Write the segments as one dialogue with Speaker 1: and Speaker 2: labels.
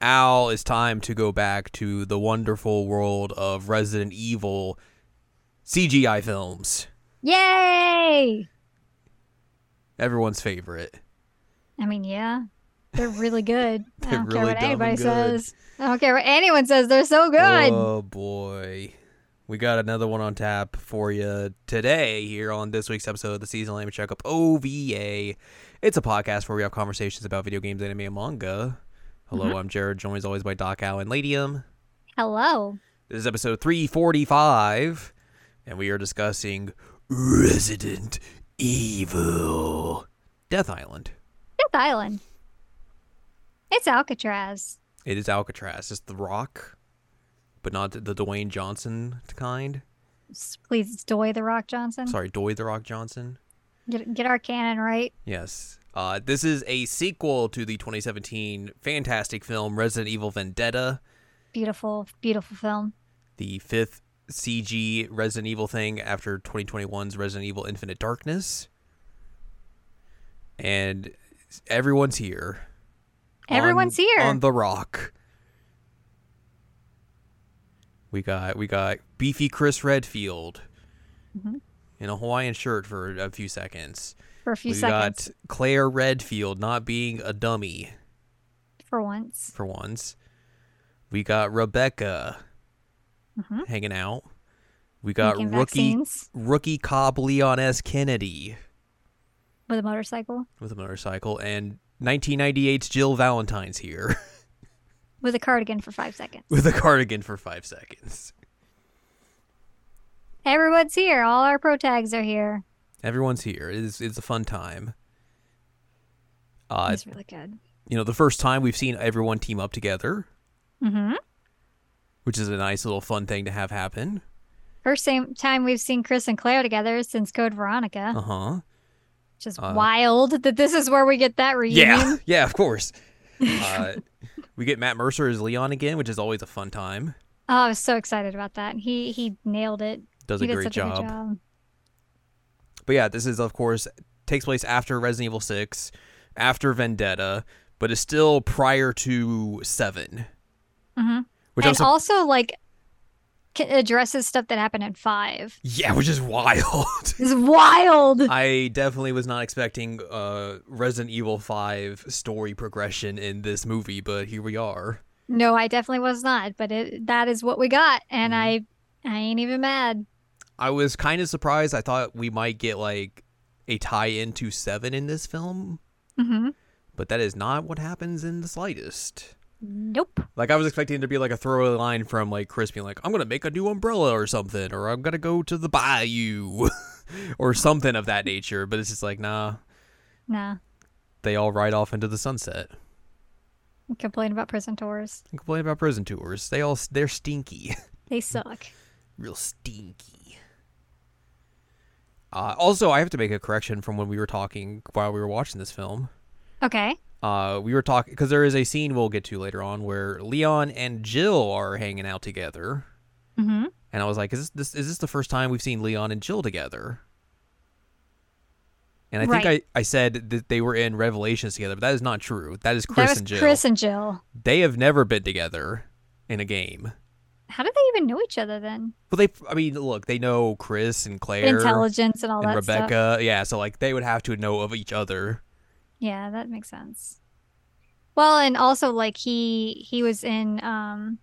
Speaker 1: Al, it's time to go back to the wonderful world of Resident Evil CGI films.
Speaker 2: Yay!
Speaker 1: Everyone's favorite.
Speaker 2: I mean, yeah, they're really good. I
Speaker 1: They're really
Speaker 2: don't care what
Speaker 1: dumb and
Speaker 2: anybody
Speaker 1: good.
Speaker 2: says. I don't care what anyone says. They're so good.
Speaker 1: Oh boy. We got another one on tap for you today here on this week's episode of the Season Anime Checkup OVA. It's a podcast where we have conversations about video games, anime, and manga. Hello, I'm Jared, joined as always by Doc Al and Ladium.
Speaker 2: Hello.
Speaker 1: This is episode 345, and we are discussing Resident Evil Death Island.
Speaker 2: Fifth Island. It's Alcatraz.
Speaker 1: It is Alcatraz, it's the rock, but not the Dwayne Johnson kind.
Speaker 2: S- Please, it's Doy the Rock Johnson.
Speaker 1: Sorry, Doy the Rock Johnson.
Speaker 2: Get, get our canon right.
Speaker 1: Yes. Uh, this is a sequel to the 2017 fantastic film Resident Evil Vendetta,
Speaker 2: Beautiful, beautiful film.
Speaker 1: the fifth CG Resident Evil thing after 2021's Resident Evil Infinite Darkness. And everyone's here. on-
Speaker 2: Everyone's here.
Speaker 1: On the rock. We got we got beefy Chris Redfield
Speaker 2: Mhm.
Speaker 1: in a Hawaiian shirt for a few seconds.
Speaker 2: for a few
Speaker 1: we
Speaker 2: seconds,
Speaker 1: got Claire Redfield not being a dummy
Speaker 2: for once.
Speaker 1: for once. We got Rebecca hanging out. We got
Speaker 2: Mm-hmm. Making
Speaker 1: rookie
Speaker 2: vaccines.
Speaker 1: rookie cop Leon S. Kennedy
Speaker 2: with a motorcycle,
Speaker 1: with a motorcycle, and 1998's Jill Valentine's here
Speaker 2: with a cardigan for five seconds.
Speaker 1: with a cardigan for five seconds.
Speaker 2: Everyone's here. All our pro tags are here.
Speaker 1: Everyone's here. It's it's a fun time. Uh,
Speaker 2: It's really good.
Speaker 1: you know, the first time we've seen everyone team up together,
Speaker 2: Mm-hmm.
Speaker 1: which is a nice little fun thing to have happen.
Speaker 2: First same time we've seen Chris and Claire together since Code Veronica,
Speaker 1: Uh huh.
Speaker 2: which is
Speaker 1: uh,
Speaker 2: wild that this is where we get that reunion.
Speaker 1: Yeah, yeah, of course. Uh, we get Matt Mercer as Leon again, which is always a fun time.
Speaker 2: Oh, I was so excited about that. He he nailed it.
Speaker 1: Does
Speaker 2: he
Speaker 1: a
Speaker 2: did
Speaker 1: great
Speaker 2: such a
Speaker 1: job.
Speaker 2: good job.
Speaker 1: But yeah, this is of course takes place after Resident Evil Six, after Vendetta, but is still prior to 7
Speaker 2: Mhm.
Speaker 1: Which I'm
Speaker 2: and
Speaker 1: su-
Speaker 2: also like c- addresses stuff that happened in five.
Speaker 1: yeah, which is wild.
Speaker 2: It's wild.
Speaker 1: I definitely was not expecting uh Resident Evil Five story progression in this movie, but here we are.
Speaker 2: no, I definitely was not, but it, that is what we got, and
Speaker 1: Mm-hmm.
Speaker 2: I I ain't even mad.
Speaker 1: I was kind of surprised. I thought we might get like a tie in to Seven in this film,
Speaker 2: hmm
Speaker 1: but that is not what happens in the slightest.
Speaker 2: Nope.
Speaker 1: Like I was expecting to be like a throwaway line from like Chris being like, "I'm gonna make a new umbrella or something," or "I'm gonna go to the bayou," or something of that nature. But it's just like, nah,
Speaker 2: Nah.
Speaker 1: they all ride off into the sunset
Speaker 2: Complain about prison tours.
Speaker 1: and complain about prison tours. They all they're stinky,
Speaker 2: They suck.
Speaker 1: real stinky. Uh, also, I have to make a correction from when we were talking while we were watching this film.
Speaker 2: Okay.
Speaker 1: Uh, we were talking because there is a scene we'll get to later on where Leon and Jill are hanging out together.
Speaker 2: Mm-hmm.
Speaker 1: And I was like, is this, this is this the first time we've seen Leon and Jill together? And I
Speaker 2: Right.
Speaker 1: think I, I said that they were in Revelations together, but that is not true. That is Chris
Speaker 2: that was
Speaker 1: and Jill.
Speaker 2: Chris and Jill.
Speaker 1: They have never been together in a game.
Speaker 2: How did they even know each other then?
Speaker 1: Well, they I mean, look, they know Chris and Claire
Speaker 2: Intelligence and all
Speaker 1: and
Speaker 2: that
Speaker 1: Rebecca.
Speaker 2: stuff.
Speaker 1: Yeah, so like they would have to know of each other.
Speaker 2: Yeah, that makes sense. Well, and also like he he was in um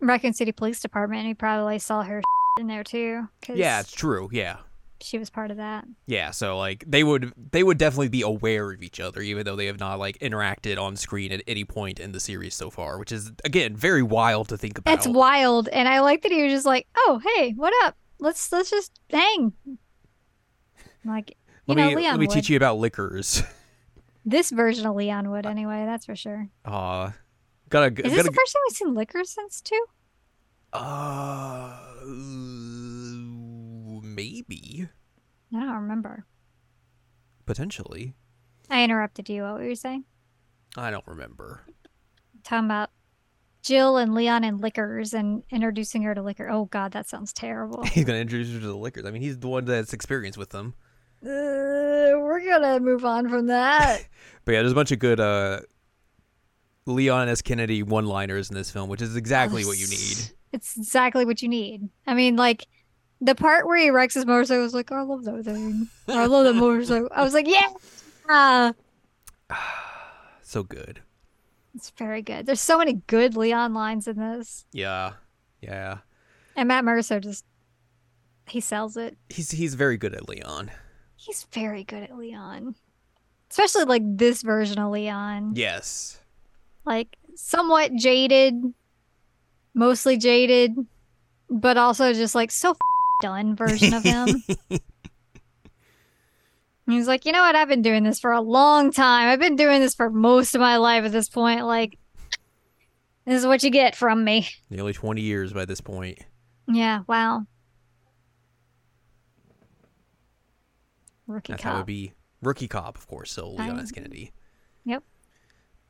Speaker 2: Raccoon City Police Department and he probably saw her in there too cuz
Speaker 1: Yeah, it's true. Yeah.
Speaker 2: she was part of that.
Speaker 1: Yeah, so like they would they would definitely be aware of each other even though they have not like interacted on screen at any point in the series so far, which is again very wild to think about.
Speaker 2: That's wild and I like that he was just like, "Oh, hey, what up? Let's let's just hang." Like you
Speaker 1: Let
Speaker 2: know,
Speaker 1: me
Speaker 2: Leon
Speaker 1: let me
Speaker 2: would.
Speaker 1: teach you about liquors.
Speaker 2: This version of Leon would anyway, that's for sure.
Speaker 1: Uh gotta
Speaker 2: Is
Speaker 1: gotta
Speaker 2: this the first time we've seen liquor since too?
Speaker 1: uh maybe
Speaker 2: I don't remember.
Speaker 1: potentially.
Speaker 2: I interrupted you. What were you saying?
Speaker 1: I don't remember.
Speaker 2: Talking about Jill and Leon and liquors and introducing her to liquor. Oh God, that sounds terrible.
Speaker 1: He's gonna introduce you to the liquors. I mean, he's the one that's experienced with them.
Speaker 2: we're Uh, gonna move on from that.
Speaker 1: But yeah, there's a bunch of good uh Leon S. Kennedy one liners in this film, which is
Speaker 2: Oh,
Speaker 1: exactly what you need.
Speaker 2: It's exactly what you need. I mean, like the part where he wrecks his motorcycle I was like, oh, I love that thing. Or, I love that motorcycle. I was like, yeah, uh,
Speaker 1: So good.
Speaker 2: it's very good. There's so many good Leon lines in this,
Speaker 1: Yeah. Yeah.
Speaker 2: and Matt Mercer just he sells it.
Speaker 1: He's he's very good at Leon.
Speaker 2: He's very good at Leon, especially like this version of Leon.
Speaker 1: Yes.
Speaker 2: like somewhat jaded, mostly jaded, but also just like so f- done version of him. And He's like, you know what? I've been doing this for a long time. I've been doing this for most of my life at this point. Like, this is what you get from me.
Speaker 1: Nearly 20 years by this point.
Speaker 2: Yeah. Wow. Rookie
Speaker 1: That's how it would
Speaker 2: cop.
Speaker 1: be. Rookie cop, of course. So Leon
Speaker 2: I-
Speaker 1: S. Kennedy.
Speaker 2: Yep.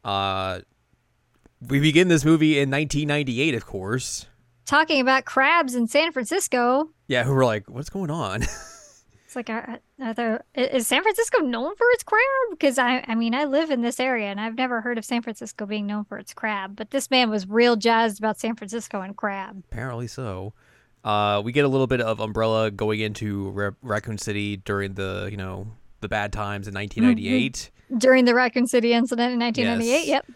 Speaker 1: Uh, we begin this movie in 1998, of course.
Speaker 2: Talking about crabs in San Francisco.
Speaker 1: Yeah, who were like, what's going on?
Speaker 2: It's like, are, are there, i- is San Francisco known for its crab? Because I, I mean, I live in this area and I've never heard of San Francisco being known for its crab. But this man was real jazzed about San Francisco and crab.
Speaker 1: Apparently so. Uh, we get a little bit of Umbrella going into Ra- Raccoon City during the you know the bad times in
Speaker 2: Mm-hmm.
Speaker 1: 1998.
Speaker 2: During the Raccoon City incident in
Speaker 1: Yes.
Speaker 2: 1998. Yep.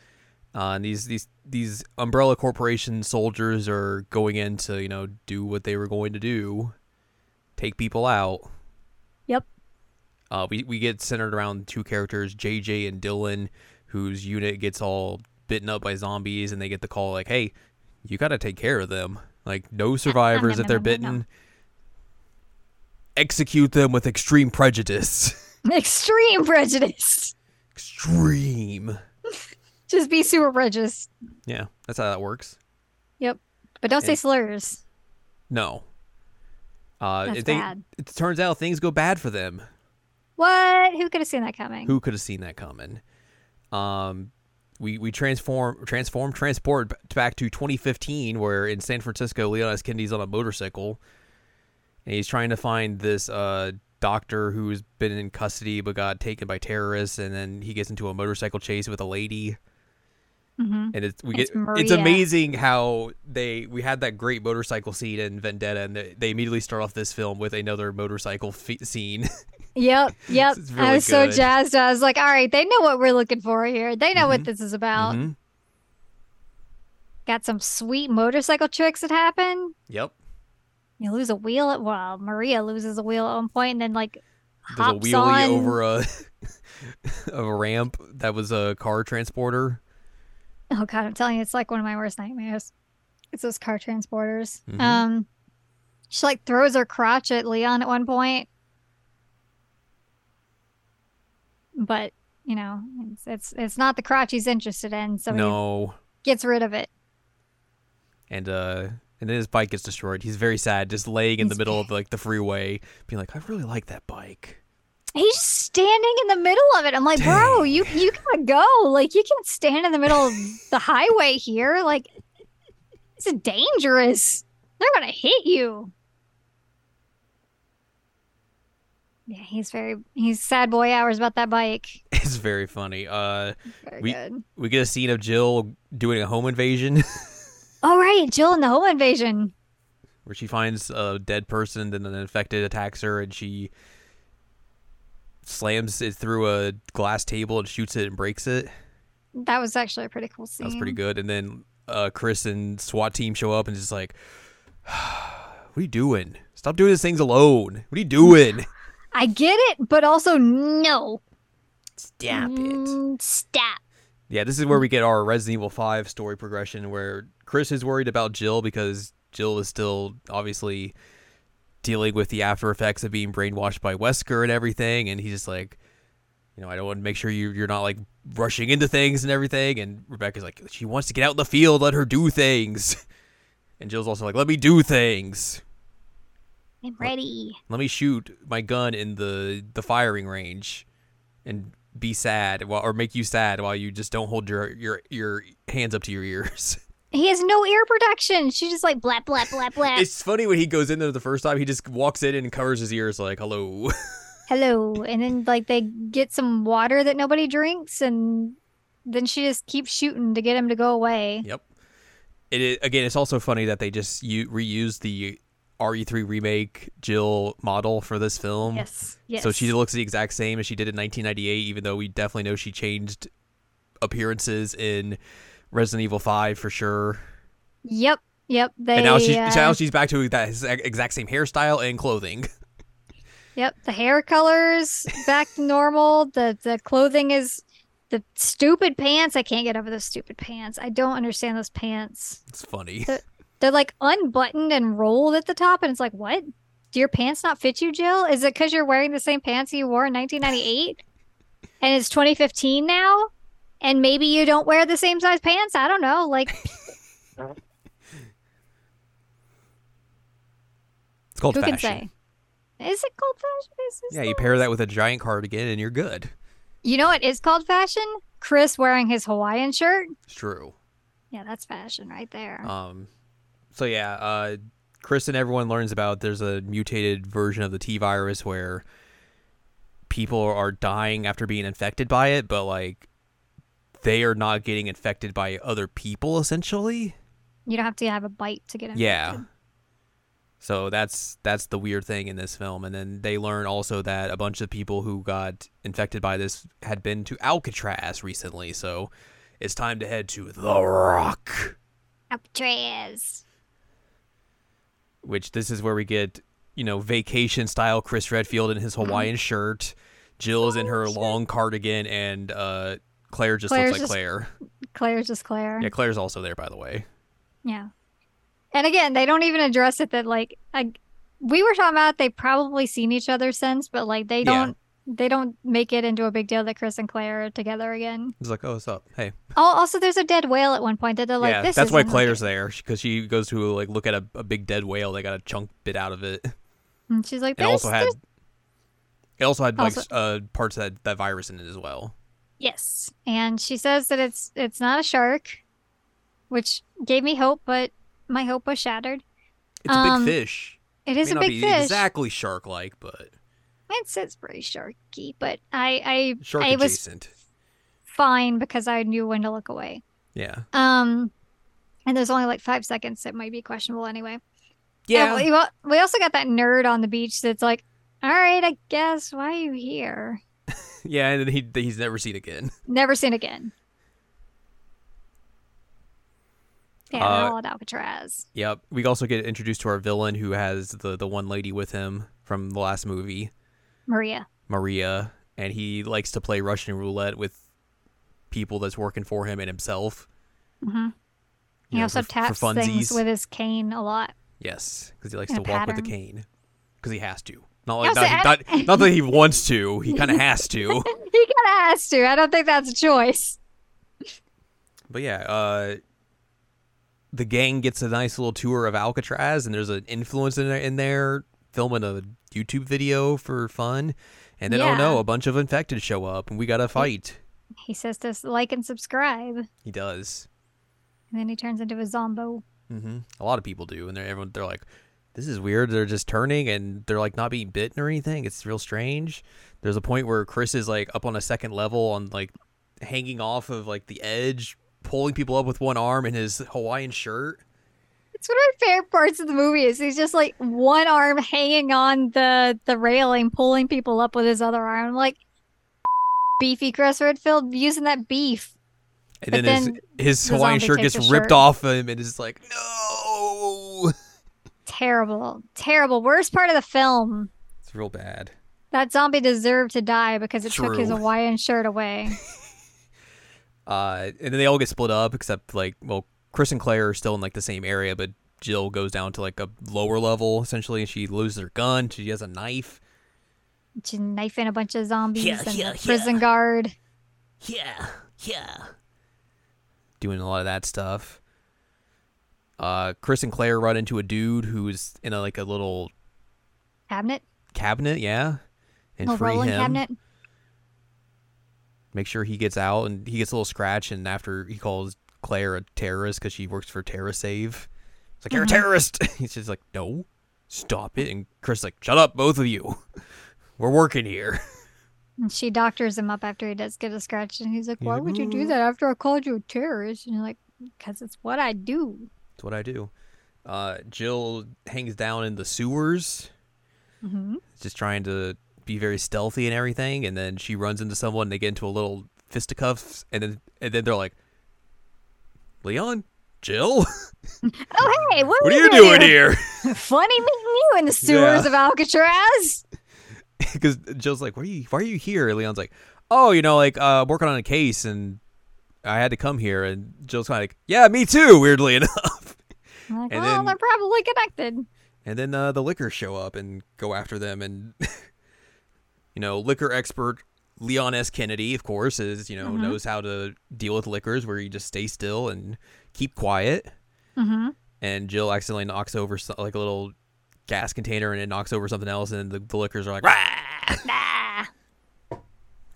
Speaker 1: Uh, and these these these Umbrella Corporation soldiers are going in to you know do what they were going to do, take people out.
Speaker 2: Yep.
Speaker 1: Uh, we we get centered around two characters, JJ and Dylan, whose unit gets all bitten up by zombies, and they get the call like, "Hey, you gotta take care of them. Like, no survivors
Speaker 2: nom,
Speaker 1: if they're
Speaker 2: nom, nom, nom, nom."
Speaker 1: bitten. Execute them with extreme prejudice.
Speaker 2: Extreme prejudice.
Speaker 1: extreme.
Speaker 2: Just be super prejudiced.
Speaker 1: Yeah, that's how that works.
Speaker 2: Yep. But don't say
Speaker 1: And-
Speaker 2: slurs.
Speaker 1: No. Uh,
Speaker 2: That's
Speaker 1: if they-
Speaker 2: bad.
Speaker 1: It turns out things go bad for them.
Speaker 2: What? Who could have seen that coming?
Speaker 1: Who could have seen that coming? Um, we we transform, transform, transport b- back to 2015, where in San Francisco, Leon S. Kennedy's on a motorcycle, and he's trying to find this uh doctor who's been in custody but got taken by terrorists, and then he gets into a motorcycle chase with a lady.
Speaker 2: hmm
Speaker 1: And it's we
Speaker 2: It's
Speaker 1: get it's
Speaker 2: Maria.
Speaker 1: amazing how they we had that great motorcycle scene in Vendetta, and they, they immediately start off this film with another motorcycle fe- scene.
Speaker 2: Yep. Yep.
Speaker 1: It's
Speaker 2: I
Speaker 1: really
Speaker 2: was so
Speaker 1: good.
Speaker 2: jazzed. I was like, all right, they know what we're looking for here. They know what
Speaker 1: Mhm.
Speaker 2: this is about.
Speaker 1: Mhm.
Speaker 2: Got some sweet motorcycle tricks that happen.
Speaker 1: Yep.
Speaker 2: You lose a wheel at well, Maria loses a wheel at one point and then like
Speaker 1: There's a
Speaker 2: hops
Speaker 1: wheelie
Speaker 2: on.
Speaker 1: over a a ramp that was a car transporter.
Speaker 2: Oh god, I'm telling you, it's like one of my worst nightmares. It's those car transporters.
Speaker 1: Mhm.
Speaker 2: Um she like throws her crotch at Leon at one point. But, you know, it's it's, it's not the crotch he's interested in, so
Speaker 1: no.
Speaker 2: he gets rid of it.
Speaker 1: And uh and then his bike gets destroyed. He's very sad, just laying in the
Speaker 2: He's
Speaker 1: middle of like the freeway, being like, I really like that bike.
Speaker 2: He's just standing in the middle of it. I'm like, bro, you you gotta go. Like, you can't stand in the middle of the highway here. Like, it's dangerous. They're gonna hit you. Yeah, he's very he's sad boy hours about that bike.
Speaker 1: It's very funny. Uh
Speaker 2: Very
Speaker 1: We-
Speaker 2: good.
Speaker 1: we get a scene of Jill doing a home invasion
Speaker 2: Oh right, Jill and the home invasion.
Speaker 1: where she finds a dead person, then an infected attacks her and she slams it through a glass table and shoots it and breaks it.
Speaker 2: That was actually a pretty cool scene.
Speaker 1: That was pretty good. And then uh, Chris and SWAT team show up and just like, what are you doing? Stop doing these things alone. What are you doing?
Speaker 2: I get it, but also no.
Speaker 1: Stop
Speaker 2: Mm, Stop.
Speaker 1: Yeah, this is where we get our Resident Evil 5 story progression where Chris is worried about Jill because Jill is still obviously dealing with the after effects of being brainwashed by Wesker and everything. And he's just like, you know, I don't want to make sure you, you're not like rushing into things and everything. And Rebecca's like, she wants to get out in the field, let her do things. And Jill's also like, let me do things.
Speaker 2: I'm ready.
Speaker 1: Let me shoot my gun in the, the firing range and be sad while, or make you sad while you just don't hold your, your, your hands up to your ears.
Speaker 2: He has no ear protection. She's just like blap blap blap blap.
Speaker 1: It's funny when he goes in there the first time, he just walks in and covers his ears like, hello.
Speaker 2: hello and then like they get some water that nobody drinks and then she just keeps shooting to get him to go away.
Speaker 1: Yep. It is, again, it's also funny that they just u- reused the RE3 remake Jill model for this film.
Speaker 2: Yes. Yes.
Speaker 1: Um, So she looks the exact same as she did in 1998, even though we definitely know she changed appearances in Resident Evil 5 for sure.
Speaker 2: Yep. Yep. They.
Speaker 1: and now she's
Speaker 2: uh,
Speaker 1: now she's back to that ex- exact same hairstyle and clothing.
Speaker 2: Yep, the hair colors back to normal. The the clothing is the stupid pants. I can't get over those stupid pants. I don't understand those pants.
Speaker 1: It's funny.
Speaker 2: They're like unbuttoned and rolled at the top, and it's like, what? Do your pants not fit you, Jill? Is it because you're wearing the same pants you wore in 1998, and it's 2015 now, and maybe you don't wear the same size pants? I don't know. Like,
Speaker 1: It's called
Speaker 2: who
Speaker 1: fashion.
Speaker 2: can say? Is it called fashion? Is this
Speaker 1: Yeah, you
Speaker 2: not-
Speaker 1: pair that with a giant cardigan and you're good.
Speaker 2: You know what is called fashion? Chris wearing his Hawaiian shirt.
Speaker 1: It's true.
Speaker 2: Yeah, that's fashion right there.
Speaker 1: Um, so yeah, uh, Chris and everyone learns about there's a mutated version of the T virus where people are dying after being infected by it, but like they are not getting infected by other people essentially.
Speaker 2: you don't have to have a bite to get infected.
Speaker 1: Yeah. So that's that's the weird thing in this film, and then they learn also that a bunch of people who got infected by this had been to Alcatraz recently. So it's time to head to the Rock.
Speaker 2: Alcatraz.
Speaker 1: which this is where we get, you know, vacation style Chris Redfield in
Speaker 2: Mm-hmm.
Speaker 1: his Hawaiian shirt. Jill
Speaker 2: Oh,
Speaker 1: is in her long cardigan, and uh, Claire just
Speaker 2: Claire's
Speaker 1: looks like
Speaker 2: just-
Speaker 1: Claire.
Speaker 2: Claire's just Claire.
Speaker 1: Yeah, Claire's also there, by the way.
Speaker 2: Yeah. And again, they don't even address it that like I, we were talking about they probably seen each other since, but like they
Speaker 1: Yeah.
Speaker 2: don't they don't make it into a big deal that Chris and Claire are together again.
Speaker 1: He's like, oh, what's up? Hey.
Speaker 2: Oh, also there's a dead whale at one point that they're like
Speaker 1: yeah,
Speaker 2: this.
Speaker 1: that's why
Speaker 2: isn't
Speaker 1: Claire's there because she goes to like look at a, a big dead whale. They got a chunk bit out of it.
Speaker 2: looking." And she's like,
Speaker 1: It also had.
Speaker 2: "There's- there's-
Speaker 1: It also had like
Speaker 2: Also-
Speaker 1: s- uh, parts of that, that virus in it as well.
Speaker 2: yes," and she says that it's it's not a shark, which gave me hope, but my hope was shattered.
Speaker 1: It's a
Speaker 2: Um,
Speaker 1: big fish.
Speaker 2: It is
Speaker 1: May
Speaker 2: a
Speaker 1: not
Speaker 2: big
Speaker 1: be
Speaker 2: fish.
Speaker 1: exactly shark-like, but
Speaker 2: It's it's pretty sharky, but I I
Speaker 1: shark
Speaker 2: I was
Speaker 1: adjacent.
Speaker 2: fine because I knew when to look away.
Speaker 1: Yeah.
Speaker 2: Um, and there's only like five seconds that might be questionable anyway.
Speaker 1: Yeah.
Speaker 2: And we, al- we also got that nerd on the beach that's like, "All right, I guess. Why are you here?
Speaker 1: Yeah, and then he he's never seen again.
Speaker 2: Never seen again." Yeah,
Speaker 1: Uh,
Speaker 2: they're all at Alcatraz.
Speaker 1: Yep. We also get introduced to our villain who has the the one lady with him from the last movie,
Speaker 2: Maria.
Speaker 1: Maria, and he likes to play Russian roulette with people that's working for him and himself.
Speaker 2: hmm
Speaker 1: you
Speaker 2: He
Speaker 1: know,
Speaker 2: also
Speaker 1: for,
Speaker 2: taps
Speaker 1: for
Speaker 2: things
Speaker 1: funsies.
Speaker 2: with his cane a lot.
Speaker 1: Yes, because he likes
Speaker 2: in
Speaker 1: to
Speaker 2: a
Speaker 1: walk with the
Speaker 2: pattern.
Speaker 1: cane because he has to. Not like
Speaker 2: Also,
Speaker 1: not,
Speaker 2: I-
Speaker 1: not, not that he wants to. He kind of has to.
Speaker 2: he kind of has to. I don't think that's a choice.
Speaker 1: But yeah, uh, the gang gets a nice little tour of Alcatraz, and there's an influencer in there, in there filming a YouTube video for fun. And then, oh
Speaker 2: Yeah.
Speaker 1: no, a bunch of infected show up, and we got to fight.
Speaker 2: He says to s- like and subscribe.
Speaker 1: He does.
Speaker 2: And then he turns into a zombo.
Speaker 1: hmm A lot of people do, and they're everyone. They're like, "This is weird." They're just turning, and they're like not being bitten or anything. It's real strange. There's a point where Chris is like up on a second level, on like hanging off of like the edge, pulling people up with one arm in his Hawaiian shirt.
Speaker 2: It's one of my favorite parts of the movie is he's just like one arm hanging on the the railing, pulling people up with his other arm. I'm like beefy Chris Redfield using that beef.
Speaker 1: And
Speaker 2: But
Speaker 1: then,
Speaker 2: then
Speaker 1: his, his
Speaker 2: the
Speaker 1: Hawaiian
Speaker 2: zombie
Speaker 1: shirt
Speaker 2: takes
Speaker 1: gets
Speaker 2: his
Speaker 1: ripped
Speaker 2: shirt.
Speaker 1: off him, and it's like, no,
Speaker 2: Terrible, terrible. Worst part of the film.
Speaker 1: it's real bad.
Speaker 2: That zombie deserved to die because it took his
Speaker 1: True.
Speaker 2: Hawaiian shirt away.
Speaker 1: Uh, and then they all get split up, except like, well, Chris and Claire are still in like the same area, but Jill goes down to like a lower level essentially, and she loses her gun. She has a knife.
Speaker 2: Just knifing a bunch of zombies
Speaker 1: Yeah,
Speaker 2: and
Speaker 1: yeah,
Speaker 2: the prison guard.
Speaker 1: Yeah, yeah. Doing a lot of that stuff. Uh, Chris and Claire run into a dude who's in a, like a little
Speaker 2: Cabinet?
Speaker 1: cabinet, yeah, and
Speaker 2: Little
Speaker 1: free
Speaker 2: rolling
Speaker 1: him.
Speaker 2: cabinet?
Speaker 1: make sure he gets out and he gets a little scratch and after he calls claire a terrorist because she works for terror save it's like you're a terrorist he's just like no stop it and chris is like shut up both of you we're working here
Speaker 2: And she doctors him up after he does get a scratch, and he's like,
Speaker 1: He's
Speaker 2: "Why
Speaker 1: like,
Speaker 2: would you
Speaker 1: "Ooh."
Speaker 2: do that after I called you a terrorist?" And you're like, "Because it's what I do."
Speaker 1: It's what I do. Uh, Jill hangs down in the sewers,
Speaker 2: hmm
Speaker 1: just trying to be very stealthy and everything, and then she runs into someone. They get into a little fisticuffs, and then and then they're like, "Leon, Jill,
Speaker 2: Oh hey, what,
Speaker 1: what
Speaker 2: we
Speaker 1: are you
Speaker 2: gonna
Speaker 1: doing
Speaker 2: do?
Speaker 1: here?"
Speaker 2: Funny meeting you in the sewers
Speaker 1: Yeah.
Speaker 2: of Alcatraz.
Speaker 1: Because Jill's like, "Why are you? Why are you here?" And Leon's like, "Oh, you know, like uh, I'm working on a case, and I had to come here." And Jill's kind of like, "Yeah, me too." Weirdly enough.
Speaker 2: I'm like,
Speaker 1: And
Speaker 2: well,
Speaker 1: then-
Speaker 2: they're probably connected.
Speaker 1: And then uh, the liquor show up and go after them. And, you know, liquor expert Leon S. Kennedy, of course, is, you know,
Speaker 2: Mhm.
Speaker 1: knows how to deal with liquors where you just stay still and keep quiet.
Speaker 2: Mm-hmm.
Speaker 1: And Jill accidentally knocks over so- like a little gas container and it knocks over something else. And the, the liquors are like, Rah!
Speaker 2: Ah,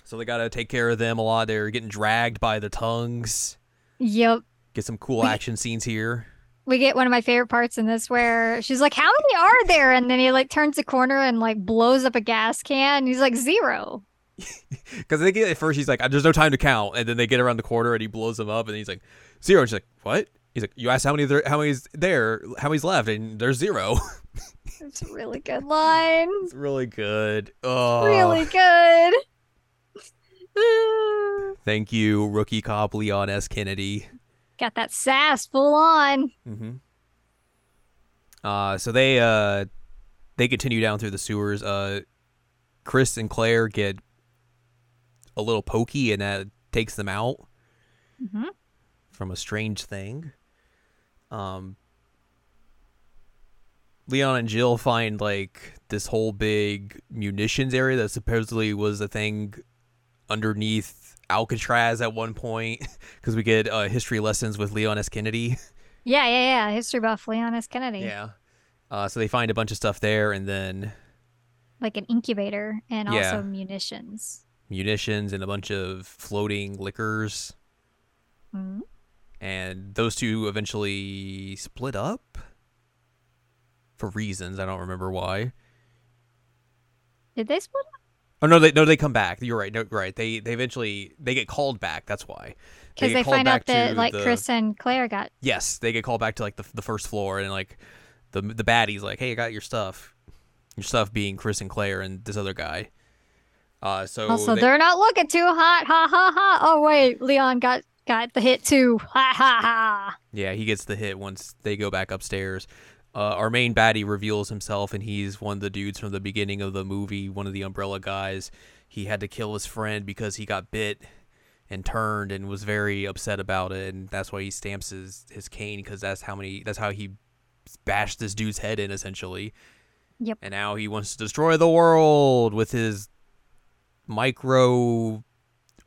Speaker 1: so they got to take care of them a lot. They're getting dragged by the tongues.
Speaker 2: yep.
Speaker 1: Get some cool
Speaker 2: We-
Speaker 1: action scenes here.
Speaker 2: we get one of my favorite parts in this where she's like, How many are there? And then he like turns the corner and like blows up a gas can. And he's like, Zero.
Speaker 1: Because they get at first he's like, "Uh, "There's no time to count," and then they get around the corner and he blows them up, and he's like, zero. And she's like, "What?" He's like, "You asked how many there, how many's there, how many's left, and there's zero.
Speaker 2: It's a really good line.
Speaker 1: It's really good. Oh,
Speaker 2: Really good.
Speaker 1: Thank you, rookie cop Leon S. Kennedy.
Speaker 2: Got that sass full on.
Speaker 1: Mm-hmm. Uh, so they uh, they continue down through the sewers. Uh, Chris and Claire get a little pokey, and that takes them out.
Speaker 2: Mhm.
Speaker 1: from a strange thing. Um, Leon and Jill find like this whole big munitions area that supposedly was a thing underneath Alcatraz at one point because we get uh, history lessons with Leon S. Kennedy.
Speaker 2: Yeah, yeah, yeah. History buff Leon S. Kennedy.
Speaker 1: Yeah. Uh, so they find a bunch of stuff there and then
Speaker 2: Like an incubator and
Speaker 1: Yeah.
Speaker 2: also munitions.
Speaker 1: munitions and a bunch of floating liquors.
Speaker 2: Mhm.
Speaker 1: and those two eventually split up for reasons I don't remember why.
Speaker 2: Did they split up?
Speaker 1: Oh no, they no they come back. You're right. No, you're right. They they eventually they get called back. That's why
Speaker 2: Because
Speaker 1: get
Speaker 2: they,
Speaker 1: called
Speaker 2: find out
Speaker 1: back to
Speaker 2: that like
Speaker 1: the-
Speaker 2: Chris and Claire got
Speaker 1: Yes, they get called back to like the the first floor and like the the baddies like, hey, I got your stuff. Your stuff being Chris and Claire and this other guy. Uh, so
Speaker 2: Also,
Speaker 1: they-
Speaker 2: they... are not looking too hot. Ha ha ha. Oh wait, Leon got got the hit too. Ha ha ha.
Speaker 1: Yeah, he gets the hit once they go back upstairs. Uh, our main baddie reveals himself, and he's one of the dudes from the beginning of the movie, one of the umbrella guys. He had to kill his friend because he got bit and turned and was very upset about it, and that's why he stamps his his cane because that's how many that's how he bashed this dude's head in essentially.
Speaker 2: Yep.
Speaker 1: And now he wants to destroy the world with his micro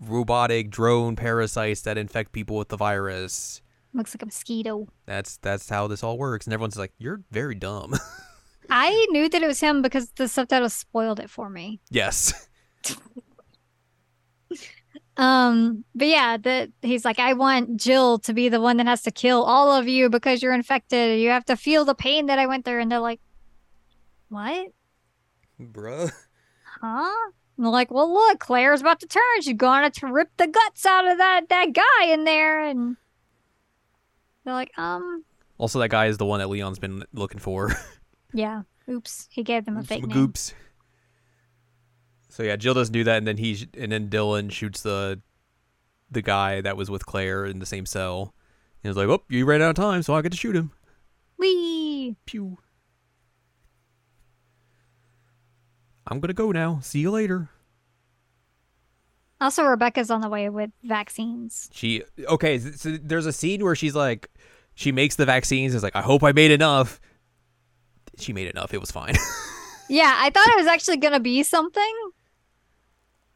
Speaker 1: robotic drone parasites that infect people with the virus.
Speaker 2: Looks like a mosquito.
Speaker 1: That's that's how this all works. And everyone's like, "You're very dumb."
Speaker 2: I knew that it was him because the subtitles spoiled it for me.
Speaker 1: yes.
Speaker 2: Um, but yeah, that he's like, I want Jill to be the one that has to kill all of you because you're infected. You have to feel the pain that I went through, and they're like, What?
Speaker 1: Bruh.
Speaker 2: Huh? And they're like, Well, look, Claire's about to turn. She's gonna to rip the guts out of that that guy in there, and they're like, Um,
Speaker 1: Also that guy is the one that Leon's been looking for.
Speaker 2: Yeah. Oops. He gave them a fake name.
Speaker 1: Goops. So yeah, Jill doesn't do that and then he sh- and then Dylan shoots the the guy that was with Claire in the same cell. And he's like, "Oh, you ran out of time, so I get to shoot him."
Speaker 2: Wee.
Speaker 1: Pew. I'm going to go now. See you later.
Speaker 2: Also, Rebecca's on the way with vaccines.
Speaker 1: She okay. th- So there's a scene where she's like, she makes the vaccines. Is like, I hope I made enough. She made enough. It was fine.
Speaker 2: Yeah, I thought it was actually gonna be something.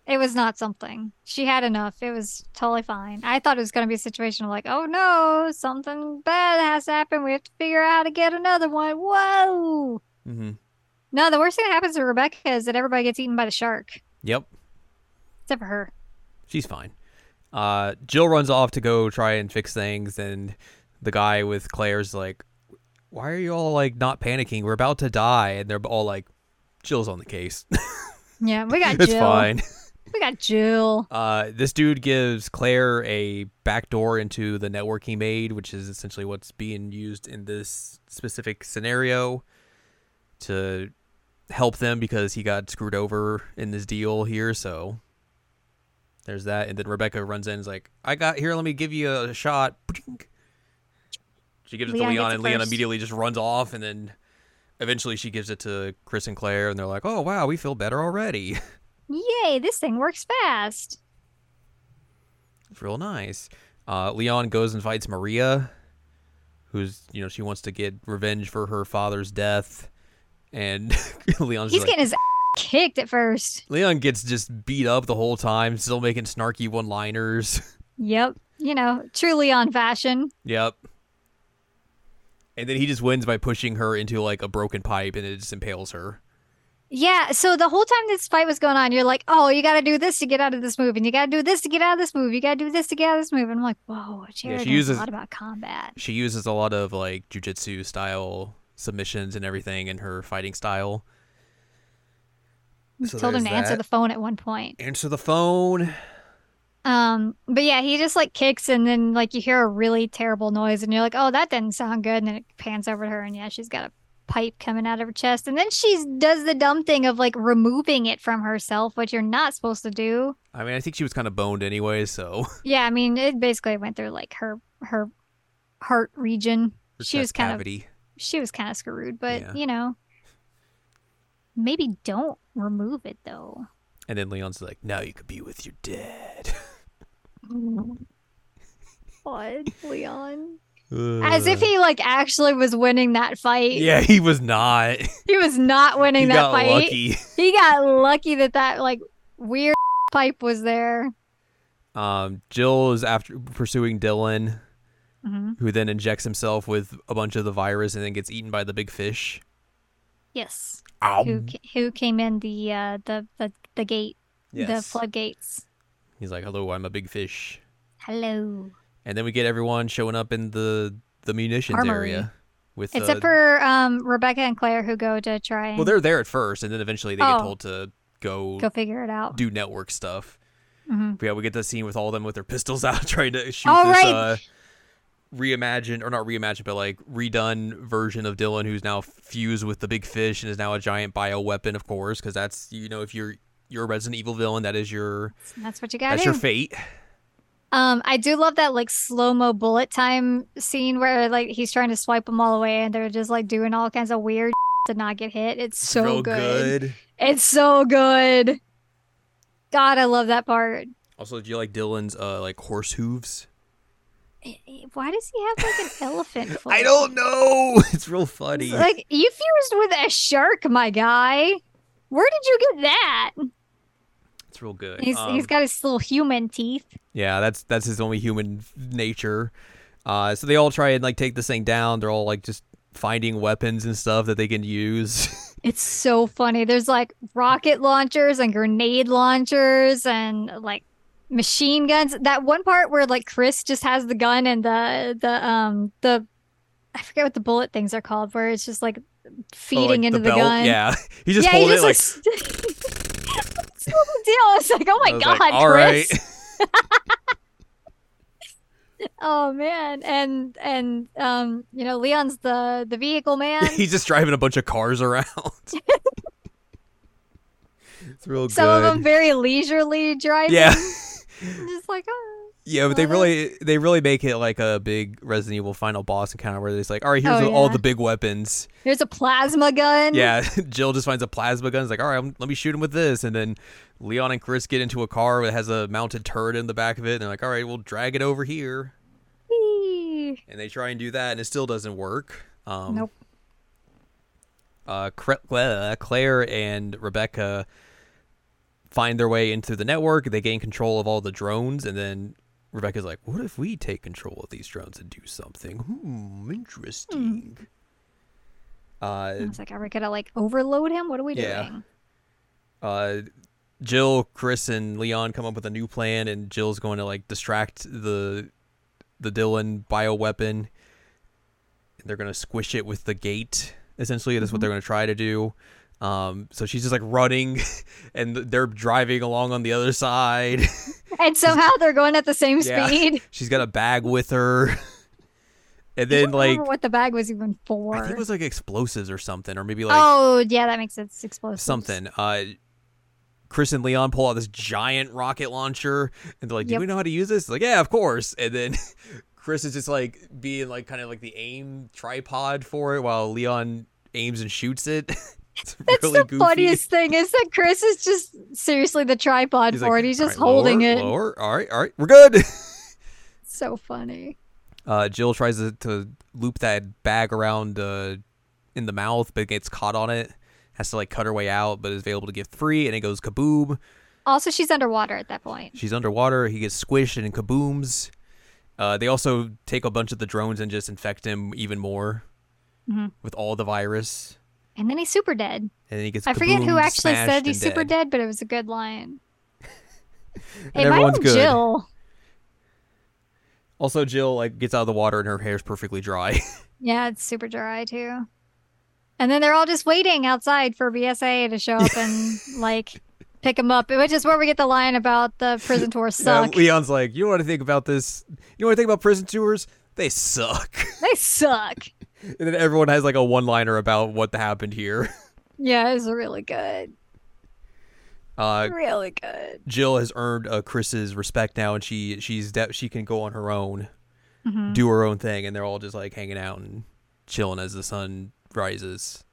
Speaker 2: It was not something. She had enough. It was totally fine. I thought it was gonna be a situation of like, oh no, something bad has happened. We have to figure out how to get another one. Whoa.
Speaker 1: mm-hmm.
Speaker 2: No, the worst thing that happens to Rebecca is that everybody gets eaten by the shark,
Speaker 1: Yep,
Speaker 2: except for her.
Speaker 1: she's fine. Uh, Jill runs off to go try and fix things, and the guy with Claire's like, "Why are you all like not panicking? We're about to die." And they're all like, "Jill's on the case.
Speaker 2: Yeah, we got
Speaker 1: it's
Speaker 2: Jill.
Speaker 1: fine."
Speaker 2: We got Jill.
Speaker 1: Uh, this dude gives Claire a backdoor into the network he made, which is essentially what's being used in this specific scenario to help them because he got screwed over in this deal here. So there's that. And then Rebecca runs in and is like, I got here. Let me give you a shot. She gives it
Speaker 2: Leon
Speaker 1: to Leon,
Speaker 2: gets it
Speaker 1: and Leon
Speaker 2: first.
Speaker 1: immediately just runs off. And then eventually she gives it to Chris and Claire, and they're like, oh, wow, we feel better already.
Speaker 2: Yay, this thing works fast.
Speaker 1: It's real nice. Uh, Leon goes and fights Maria, who's you know she wants to get revenge for her father's death, and Leon's
Speaker 2: He's
Speaker 1: just like,
Speaker 2: getting his kicked at first.
Speaker 1: Leon gets just beat up the whole time, still making snarky one-liners.
Speaker 2: Yep. You know, truly on fashion.
Speaker 1: yep. And then he just wins by pushing her into like a broken pipe, and it just impales her.
Speaker 2: Yeah, so the whole time this fight was going on, you're like, oh, you got to do this to get out of this move, and you got to do this to get out of this move, you got to do this to get out of this move. And I'm like, whoa, Jared knows
Speaker 1: uses-
Speaker 2: a lot about combat.
Speaker 1: She uses a lot of like jujitsu style submissions and everything in her fighting style. So
Speaker 2: Told him to
Speaker 1: there's
Speaker 2: answer
Speaker 1: that.
Speaker 2: the phone at one point.
Speaker 1: Answer the phone.
Speaker 2: Um, but yeah, he just like kicks, and then like you hear a really terrible noise, and you're like, oh, that didn't sound good. And then it pans over to her, and yeah, she's got a pipe coming out of her chest, and then she does the dumb thing of like removing it from herself, which you're not supposed to do.
Speaker 1: I mean, I think she was kind of boned anyway, so
Speaker 2: Yeah, I mean, it basically went through like her her heart region. she was
Speaker 1: Chest
Speaker 2: kind of
Speaker 1: cavity.
Speaker 2: she was kind of screwed, but
Speaker 1: Yeah.
Speaker 2: you know, maybe don't remove it though.
Speaker 1: And then Leon's like, "Now you could be with your dad."
Speaker 2: What, Leon? As if he like actually was winning that fight.
Speaker 1: Yeah, he was not.
Speaker 2: He was not winning
Speaker 1: he
Speaker 2: that
Speaker 1: got
Speaker 2: fight.
Speaker 1: lucky.
Speaker 2: He got lucky that that like weird pipe was there.
Speaker 1: Um, Jill is after pursuing Dylan,
Speaker 2: hmm
Speaker 1: who then injects himself with a bunch of the virus and then gets eaten by the big fish.
Speaker 2: Yes.
Speaker 1: Ow.
Speaker 2: Who ca- who came in the uh the the, the gate, the
Speaker 1: Yes.
Speaker 2: floodgates.
Speaker 1: He's like, "Hello, I'm a big fish."
Speaker 2: Hello.
Speaker 1: And then we get everyone showing up in the the munitions
Speaker 2: Armory.
Speaker 1: area with
Speaker 2: Except
Speaker 1: uh,
Speaker 2: for um, Rebecca and Claire who go to try and
Speaker 1: well, they're there at first, and then eventually they
Speaker 2: Oh.
Speaker 1: get told to go,
Speaker 2: go figure it out.
Speaker 1: do network stuff.
Speaker 2: Mhm.
Speaker 1: But yeah, we get the scene with all them with their pistols out trying to shoot
Speaker 2: All
Speaker 1: this
Speaker 2: right.
Speaker 1: uh, reimagined or not reimagined, but like redone version of Dylan, who's now fused with the big fish and is now a giant bioweapon, of course, because that's you know if you're you're a Resident Evil villain, that is your
Speaker 2: That's what you got
Speaker 1: that's
Speaker 2: to
Speaker 1: your
Speaker 2: do.
Speaker 1: fate.
Speaker 2: um, I do love that like slow mo bullet time scene where like he's trying to swipe them all away and they're just like doing all kinds of weird to not get hit. It's so
Speaker 1: Real
Speaker 2: good. It's so good. God, I love that part.
Speaker 1: Also, do you like Dylan's uh like horse hooves?
Speaker 2: Eh, Why does he have like an elephant?
Speaker 1: I
Speaker 2: foot?
Speaker 1: don't know. It's real funny.
Speaker 2: Like you fused with a shark, my guy. Where did you get that?
Speaker 1: It's real good.
Speaker 2: He's
Speaker 1: Um,
Speaker 2: he's got his little human teeth.
Speaker 1: Yeah, that's that's his only human f- nature. Uh, so they all try and like take this thing down. They're all like just finding weapons and stuff that they can use.
Speaker 2: It's so funny. There's like rocket launchers and grenade launchers and like machine guns. That one part where like Chris just has the gun and the the um the I forget what the bullet things are called, where it's just like
Speaker 1: Oh,
Speaker 2: feeding
Speaker 1: like,
Speaker 2: into the,
Speaker 1: belt.
Speaker 2: gun.
Speaker 1: Yeah, he just
Speaker 2: yeah,
Speaker 1: hold
Speaker 2: he
Speaker 1: it
Speaker 2: just
Speaker 1: like.
Speaker 2: it's a little deal. It's like, oh my
Speaker 1: I was
Speaker 2: god,
Speaker 1: like, all right.
Speaker 2: Chris. Oh man, and and um, you know, Leon's the the vehicle man.
Speaker 1: He's just driving a bunch of cars around. it's real
Speaker 2: Some
Speaker 1: good.
Speaker 2: of them very leisurely driving.
Speaker 1: yeah,
Speaker 2: just like oh.
Speaker 1: yeah, but they
Speaker 2: Love it.
Speaker 1: really, they really make it like a big Resident Evil final boss encounter where it's like, all right, here's
Speaker 2: Oh,
Speaker 1: the- all
Speaker 2: yeah.
Speaker 1: the big weapons.
Speaker 2: There's a plasma gun.
Speaker 1: Yeah, Jill just finds a plasma gun. It's like, all right, I'm- let me shoot him with this. And then Leon and Chris get into a car that has a mounted turret in the back of it. And they're like, all right, we'll drag it over here.
Speaker 2: Whee!
Speaker 1: And they try and do that, and it still doesn't work. Um,
Speaker 2: Nope.
Speaker 1: Uh, Cra- Cla- Claire and Rebecca find their way into the network. They gain control of all the drones, and then Rebecca's like, "What if we take control of these drones and do something? Hmm, interesting." Uh,
Speaker 2: I was like, are we gonna like overload him? What are we
Speaker 1: Yeah.
Speaker 2: doing?
Speaker 1: uh, Jill, Chris, and Leon come up with a new plan, and Jill's going to like distract the the Dylan bioweapon.
Speaker 2: Mm-hmm.
Speaker 1: They're going to squish it with the gate. Essentially, that's what they're going to try to do. Um, so she's just like running, and they're driving along on the other side.
Speaker 2: And somehow they're going at the same
Speaker 1: Yeah.
Speaker 2: speed.
Speaker 1: she's got a bag with her, and then
Speaker 2: I don't
Speaker 1: like
Speaker 2: remember what the bag was even for.
Speaker 1: I think it was like explosives or something, or maybe like
Speaker 2: oh yeah, that makes sense. Explosive.
Speaker 1: something. Uh, Chris and Leon pull out this giant rocket launcher, and they're like, "Do
Speaker 2: Yep.
Speaker 1: we know how to use this?" Like, "Yeah, of course." And then Chris is just like being like kind of like the aim tripod for it, while Leon aims and shoots it. it's
Speaker 2: That's
Speaker 1: really
Speaker 2: the
Speaker 1: goofy.
Speaker 2: funniest thing is that Chris is just seriously the tripod
Speaker 1: He's
Speaker 2: for
Speaker 1: like,
Speaker 2: it. He's
Speaker 1: "All
Speaker 2: just
Speaker 1: right,
Speaker 2: holding
Speaker 1: lower,
Speaker 2: it.
Speaker 1: Lower. All right, all right, we're good.
Speaker 2: So funny.
Speaker 1: Uh, Jill tries to, to loop that bag around uh, in the mouth, but gets caught on it. Has to like cut her way out, but is able to get free, and it goes kaboom.
Speaker 2: Also, she's underwater at that point.
Speaker 1: She's underwater. He gets squished and kabooms. Uh, they also take a bunch of the drones and just infect him even more
Speaker 2: Mhm.
Speaker 1: with all the virus,
Speaker 2: And then he's super dead.
Speaker 1: and then he gets.
Speaker 2: I forget who
Speaker 1: kaboomed,
Speaker 2: actually
Speaker 1: smashed,
Speaker 2: said he's
Speaker 1: and
Speaker 2: super dead, but it was a good line.
Speaker 1: And
Speaker 2: it might have
Speaker 1: everyone's
Speaker 2: been
Speaker 1: good.
Speaker 2: Jill.
Speaker 1: Also, Jill like gets out of the water and her hair's perfectly dry.
Speaker 2: Yeah, it's super dry too. And then they're all just waiting outside for BSA to show up and like pick him up, which is where we get the line about the prison tour
Speaker 1: Yeah,
Speaker 2: suck.
Speaker 1: Leon's like, "You want to think about this? You want to think about prison tours? They suck."
Speaker 2: They suck.
Speaker 1: and then everyone has like a one-liner about what happened here.
Speaker 2: Yeah, it's really good.
Speaker 1: Uh,
Speaker 2: Really good.
Speaker 1: Jill has earned uh, Chris's respect now, and she she's de- she can go on her own,
Speaker 2: Mhm.
Speaker 1: do her own thing, and they're all just like hanging out and chilling as the sun rises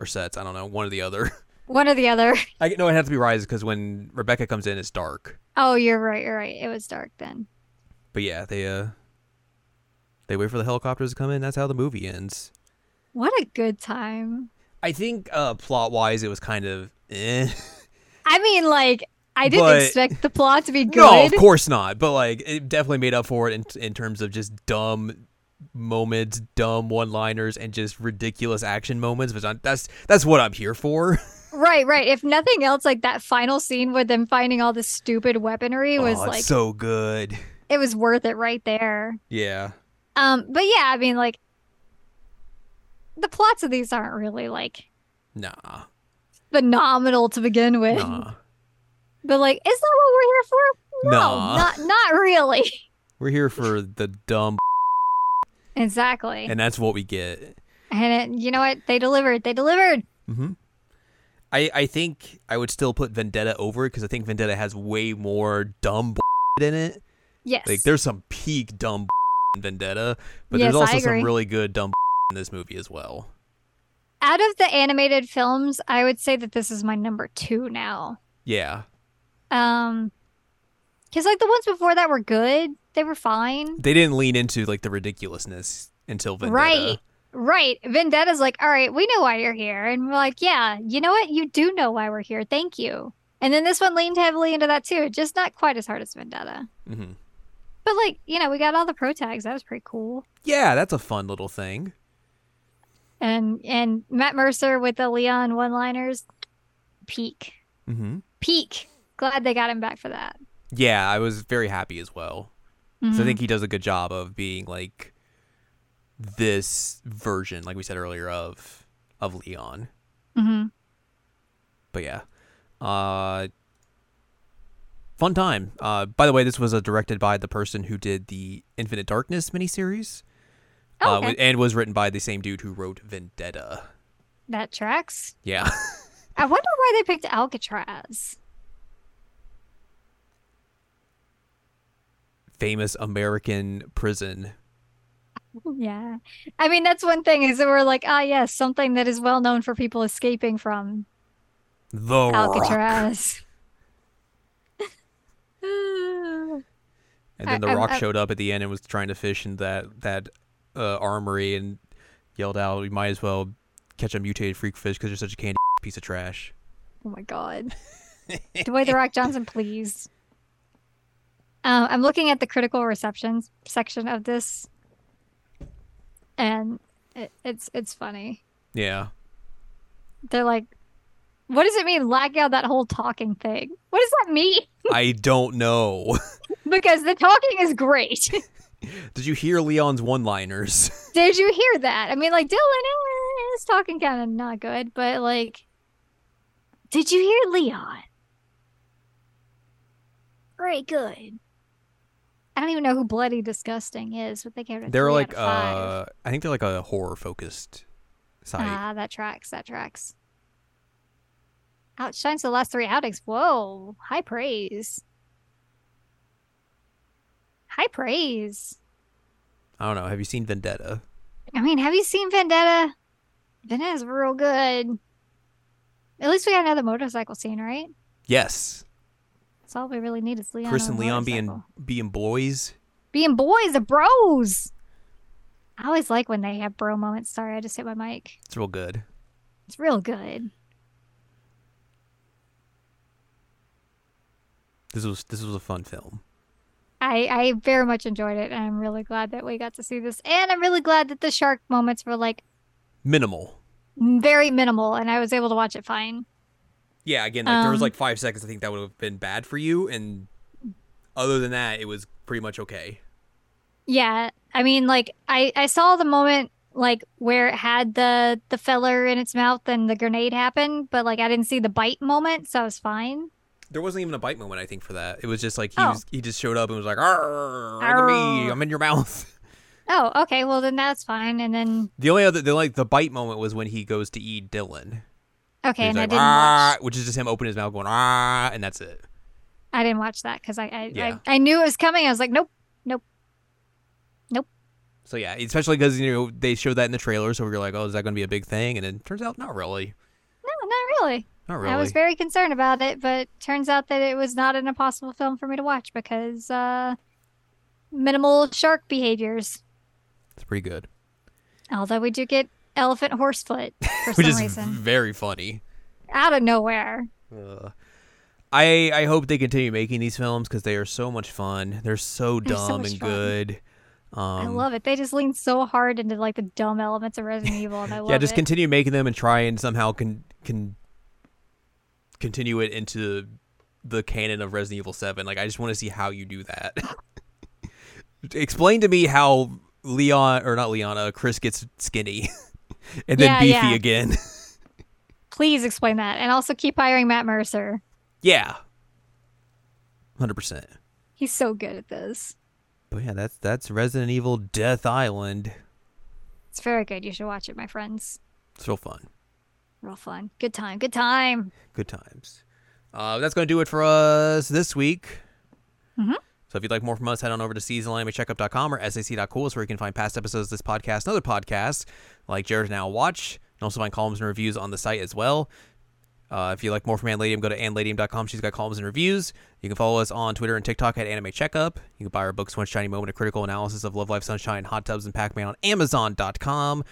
Speaker 1: or sets. I don't know, one or the other.
Speaker 2: One or the other.
Speaker 1: I get- no, it has to be rises because when Rebecca comes in, it's dark.
Speaker 2: Oh, you're right. You're right. It was dark then.
Speaker 1: But yeah, they uh they wait for the helicopters to come in. That's how the movie ends.
Speaker 2: What a good time.
Speaker 1: I think uh plot wise, it was kind of eh.
Speaker 2: I mean, like, I didn't
Speaker 1: But-
Speaker 2: expect the plot to be good.
Speaker 1: No, of course not. But like, it definitely made up for it in in terms of just dumb moments, dumb one-liners, and just ridiculous action moments. Which I'm, that's that's what I'm here for.
Speaker 2: Right, right. If nothing else, like that final scene with them finding all this stupid weaponry was
Speaker 1: oh, it's
Speaker 2: like,
Speaker 1: so good.
Speaker 2: it was worth it right there.
Speaker 1: Yeah,
Speaker 2: Um, but yeah, I mean, like, the plots of these aren't really like
Speaker 1: nah,
Speaker 2: phenomenal to begin with.
Speaker 1: nah.
Speaker 2: But like, is that what we're here for? No,
Speaker 1: Nah.
Speaker 2: not not really.
Speaker 1: We're here for the dumb,
Speaker 2: exactly.
Speaker 1: and that's what we get.
Speaker 2: And it, you know what? They delivered. They delivered.
Speaker 1: Mm-hmm. I I think I would still put Vendetta over it because I think Vendetta has way more dumb in it.
Speaker 2: Yes.
Speaker 1: Like there's some peak dumb in Vendetta, but
Speaker 2: Yes,
Speaker 1: there's also
Speaker 2: I
Speaker 1: some
Speaker 2: agree.
Speaker 1: really good dumb in this movie as well.
Speaker 2: Out of the animated films, I would say that this is my number two now.
Speaker 1: Yeah,
Speaker 2: Um, because like the ones before that were good. They were fine.
Speaker 1: they didn't lean into like the ridiculousness until Vendetta.
Speaker 2: Right. Right. Vendetta's like, all right, we know why you're here. And we're like, yeah, you know what? You do know why we're here. Thank you. And then this one leaned heavily into that too, just not quite as hard as Vendetta.
Speaker 1: hmm
Speaker 2: But like, you know, we got all the pro tags. That was pretty cool.
Speaker 1: Yeah, that's a fun little thing.
Speaker 2: And and Matt Mercer with the Leon one liners, peak.
Speaker 1: hmm
Speaker 2: Peak. Glad they got him back for that. Mm-hmm,
Speaker 1: Yeah, I was very happy as well. So I think he does a good job of being like this version, like we said earlier, of of Leon.
Speaker 2: hmm
Speaker 1: But yeah, uh, fun time. Uh, by the way, this was uh, directed by the person who did the Infinite Darkness miniseries.
Speaker 2: Oh,
Speaker 1: uh,
Speaker 2: okay.
Speaker 1: and was written by the same dude who wrote Vendetta.
Speaker 2: that tracks.
Speaker 1: Yeah,
Speaker 2: I wonder why they picked Alcatraz.
Speaker 1: famous American prison.
Speaker 2: Yeah. I mean, that's one thing is that we're like, ah, yes, something that is well known for people escaping from
Speaker 1: The Rock,
Speaker 2: Alcatraz. yeah,
Speaker 1: and then
Speaker 2: I-
Speaker 1: the
Speaker 2: I'm-
Speaker 1: Rock
Speaker 2: I'm-
Speaker 1: showed up at the end and was trying to fish in that that uh, armory and yelled out, "You might as well catch a mutated freak fish because you're such a candy piece of trash."
Speaker 2: oh my god. Dwayne the Rock Johnson, please. Um, I'm looking at the critical receptions section of this, and it, it's it's funny.
Speaker 1: Yeah,
Speaker 2: They're like, "What does it mean, lack out that whole talking thing? What does that mean?"
Speaker 1: I don't know.
Speaker 2: Because the talking is great.
Speaker 1: Did you hear Leon's one-liners?
Speaker 2: Did you hear that? I mean, like Dylan eh, his talking kind of not good, but like Did you hear Leon? Great, good. I don't even know who Bloody Disgusting is, but they gave it. a
Speaker 1: They're
Speaker 2: three
Speaker 1: like
Speaker 2: out of five.
Speaker 1: uh I think they're like a horror focused site.
Speaker 2: ah, that tracks. That tracks. Outshines the last three outings. Whoa, high praise. High praise.
Speaker 1: I don't know. Have you seen Vendetta?
Speaker 2: I mean, have you seen Vendetta? Vendetta's real good. At least we got another motorcycle scene, right?
Speaker 1: Yes.
Speaker 2: That's all we really need is Leon.
Speaker 1: Chris
Speaker 2: on a
Speaker 1: and Leon being
Speaker 2: motorcycle.
Speaker 1: being boys.
Speaker 2: being boys, the bros. I always like when they have bro moments. Sorry, I just hit my mic.
Speaker 1: It's real good.
Speaker 2: It's real good.
Speaker 1: This was this was a fun film.
Speaker 2: I, I very much enjoyed it, and I'm really glad that we got to see this. And I'm really glad that the shark moments were like
Speaker 1: Minimal.
Speaker 2: very minimal, and I was able to watch it fine.
Speaker 1: Yeah, again, like there was
Speaker 2: Um,
Speaker 1: like five seconds I think that would have been bad for you, and other than that, it was pretty much okay.
Speaker 2: Yeah, I mean, like I I saw the moment like where it had the the feller in its mouth and the grenade happened, but like I didn't see the bite moment, so I was fine.
Speaker 1: There wasn't even a bite moment, I think, for that. It was just like he
Speaker 2: Oh.
Speaker 1: was, he just showed up and was like, "Arr, look at me,
Speaker 2: Arr.
Speaker 1: I'm in your mouth."
Speaker 2: Oh, okay, well then that's fine. And then
Speaker 1: The only other, the like the bite moment was when he goes to eat Dylan,
Speaker 2: okay,
Speaker 1: He's
Speaker 2: and I
Speaker 1: like,
Speaker 2: didn't
Speaker 1: "Arr,"
Speaker 2: watch.
Speaker 1: which is just him opening his mouth going ah, and that's it.
Speaker 2: I didn't watch that because I I,
Speaker 1: Yeah.
Speaker 2: I I knew it was coming. I was like, nope.
Speaker 1: So yeah, especially because you know they showed that in the trailer, so we were like, "Oh, is that going to be a big thing?" And it turns out, not really,
Speaker 2: No, not really.
Speaker 1: not really.
Speaker 2: I was very concerned about it, but turns out that it was not an impossible film for me to watch because uh, minimal shark behaviors.
Speaker 1: it's pretty good,
Speaker 2: Although we do get elephant horsefoot for some
Speaker 1: which is
Speaker 2: reason
Speaker 1: very funny.
Speaker 2: out of nowhere.
Speaker 1: Ugh. I I hope they continue making these films because they are so much fun. They're so
Speaker 2: They're so
Speaker 1: dumb
Speaker 2: much
Speaker 1: and
Speaker 2: fun.
Speaker 1: good. Um,
Speaker 2: I love it. They just lean so hard into like the dumb elements of Resident Evil, and I love
Speaker 1: yeah, just
Speaker 2: it.
Speaker 1: continue making them and try and somehow can can continue it into the canon of Resident Evil Seven. Like I just want to see how you do that. Explain to me how Leon or not Leona, Chris gets skinny and then
Speaker 2: Yeah,
Speaker 1: beefy
Speaker 2: yeah.
Speaker 1: again.
Speaker 2: Please explain that, and also keep hiring Matt Mercer.
Speaker 1: yeah, hundred percent.
Speaker 2: He's so good at this.
Speaker 1: But yeah, that's that's Resident Evil Death Island.
Speaker 2: It's very good. You should watch it, my friends.
Speaker 1: It's real fun.
Speaker 2: Real fun. Good time. Good time.
Speaker 1: good times. Uh, that's going to do it for us this week.
Speaker 2: Mhm.
Speaker 1: So if you'd like more from us, head on over to seasonalanimecheckup.com or sac.cool is where you can find past episodes of this podcast and other podcasts like Jared's Now Watch and also find columns and reviews on the site as well. Uh, if you'd like more from Ann Ladium, go to annladium.com. She's got columns and reviews. You can follow us on Twitter and TikTok at Anime Checkup. You can buy our books, One Shiny Moment, A Critical Analysis of Love, Life, Sunshine, Hot Tubs, and Pac-Man on Amazon.com.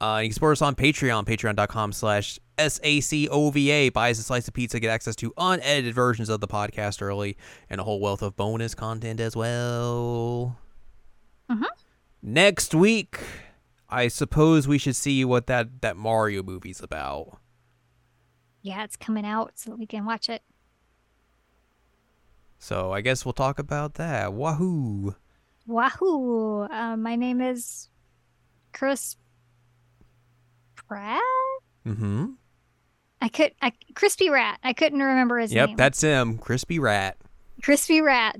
Speaker 1: Uh, you can support us on Patreon, patreon.com slash S-A-C-O-V-A. Buy us a slice of pizza, get access to unedited versions of the podcast early, and a whole wealth of bonus content as well.
Speaker 2: Mhm.
Speaker 1: Next week, I suppose we should see what that, that Mario movie's about.
Speaker 2: Yeah, it's coming out so that we can watch it.
Speaker 1: So I guess we'll talk about that. Wahoo!
Speaker 2: Wahoo! Uh, my name is Chris Pratt.
Speaker 1: Mm-hmm.
Speaker 2: I could I Crispy Rat. I couldn't remember his
Speaker 1: Yep,
Speaker 2: name.
Speaker 1: that's him, Crispy Rat.
Speaker 2: Crispy Rat.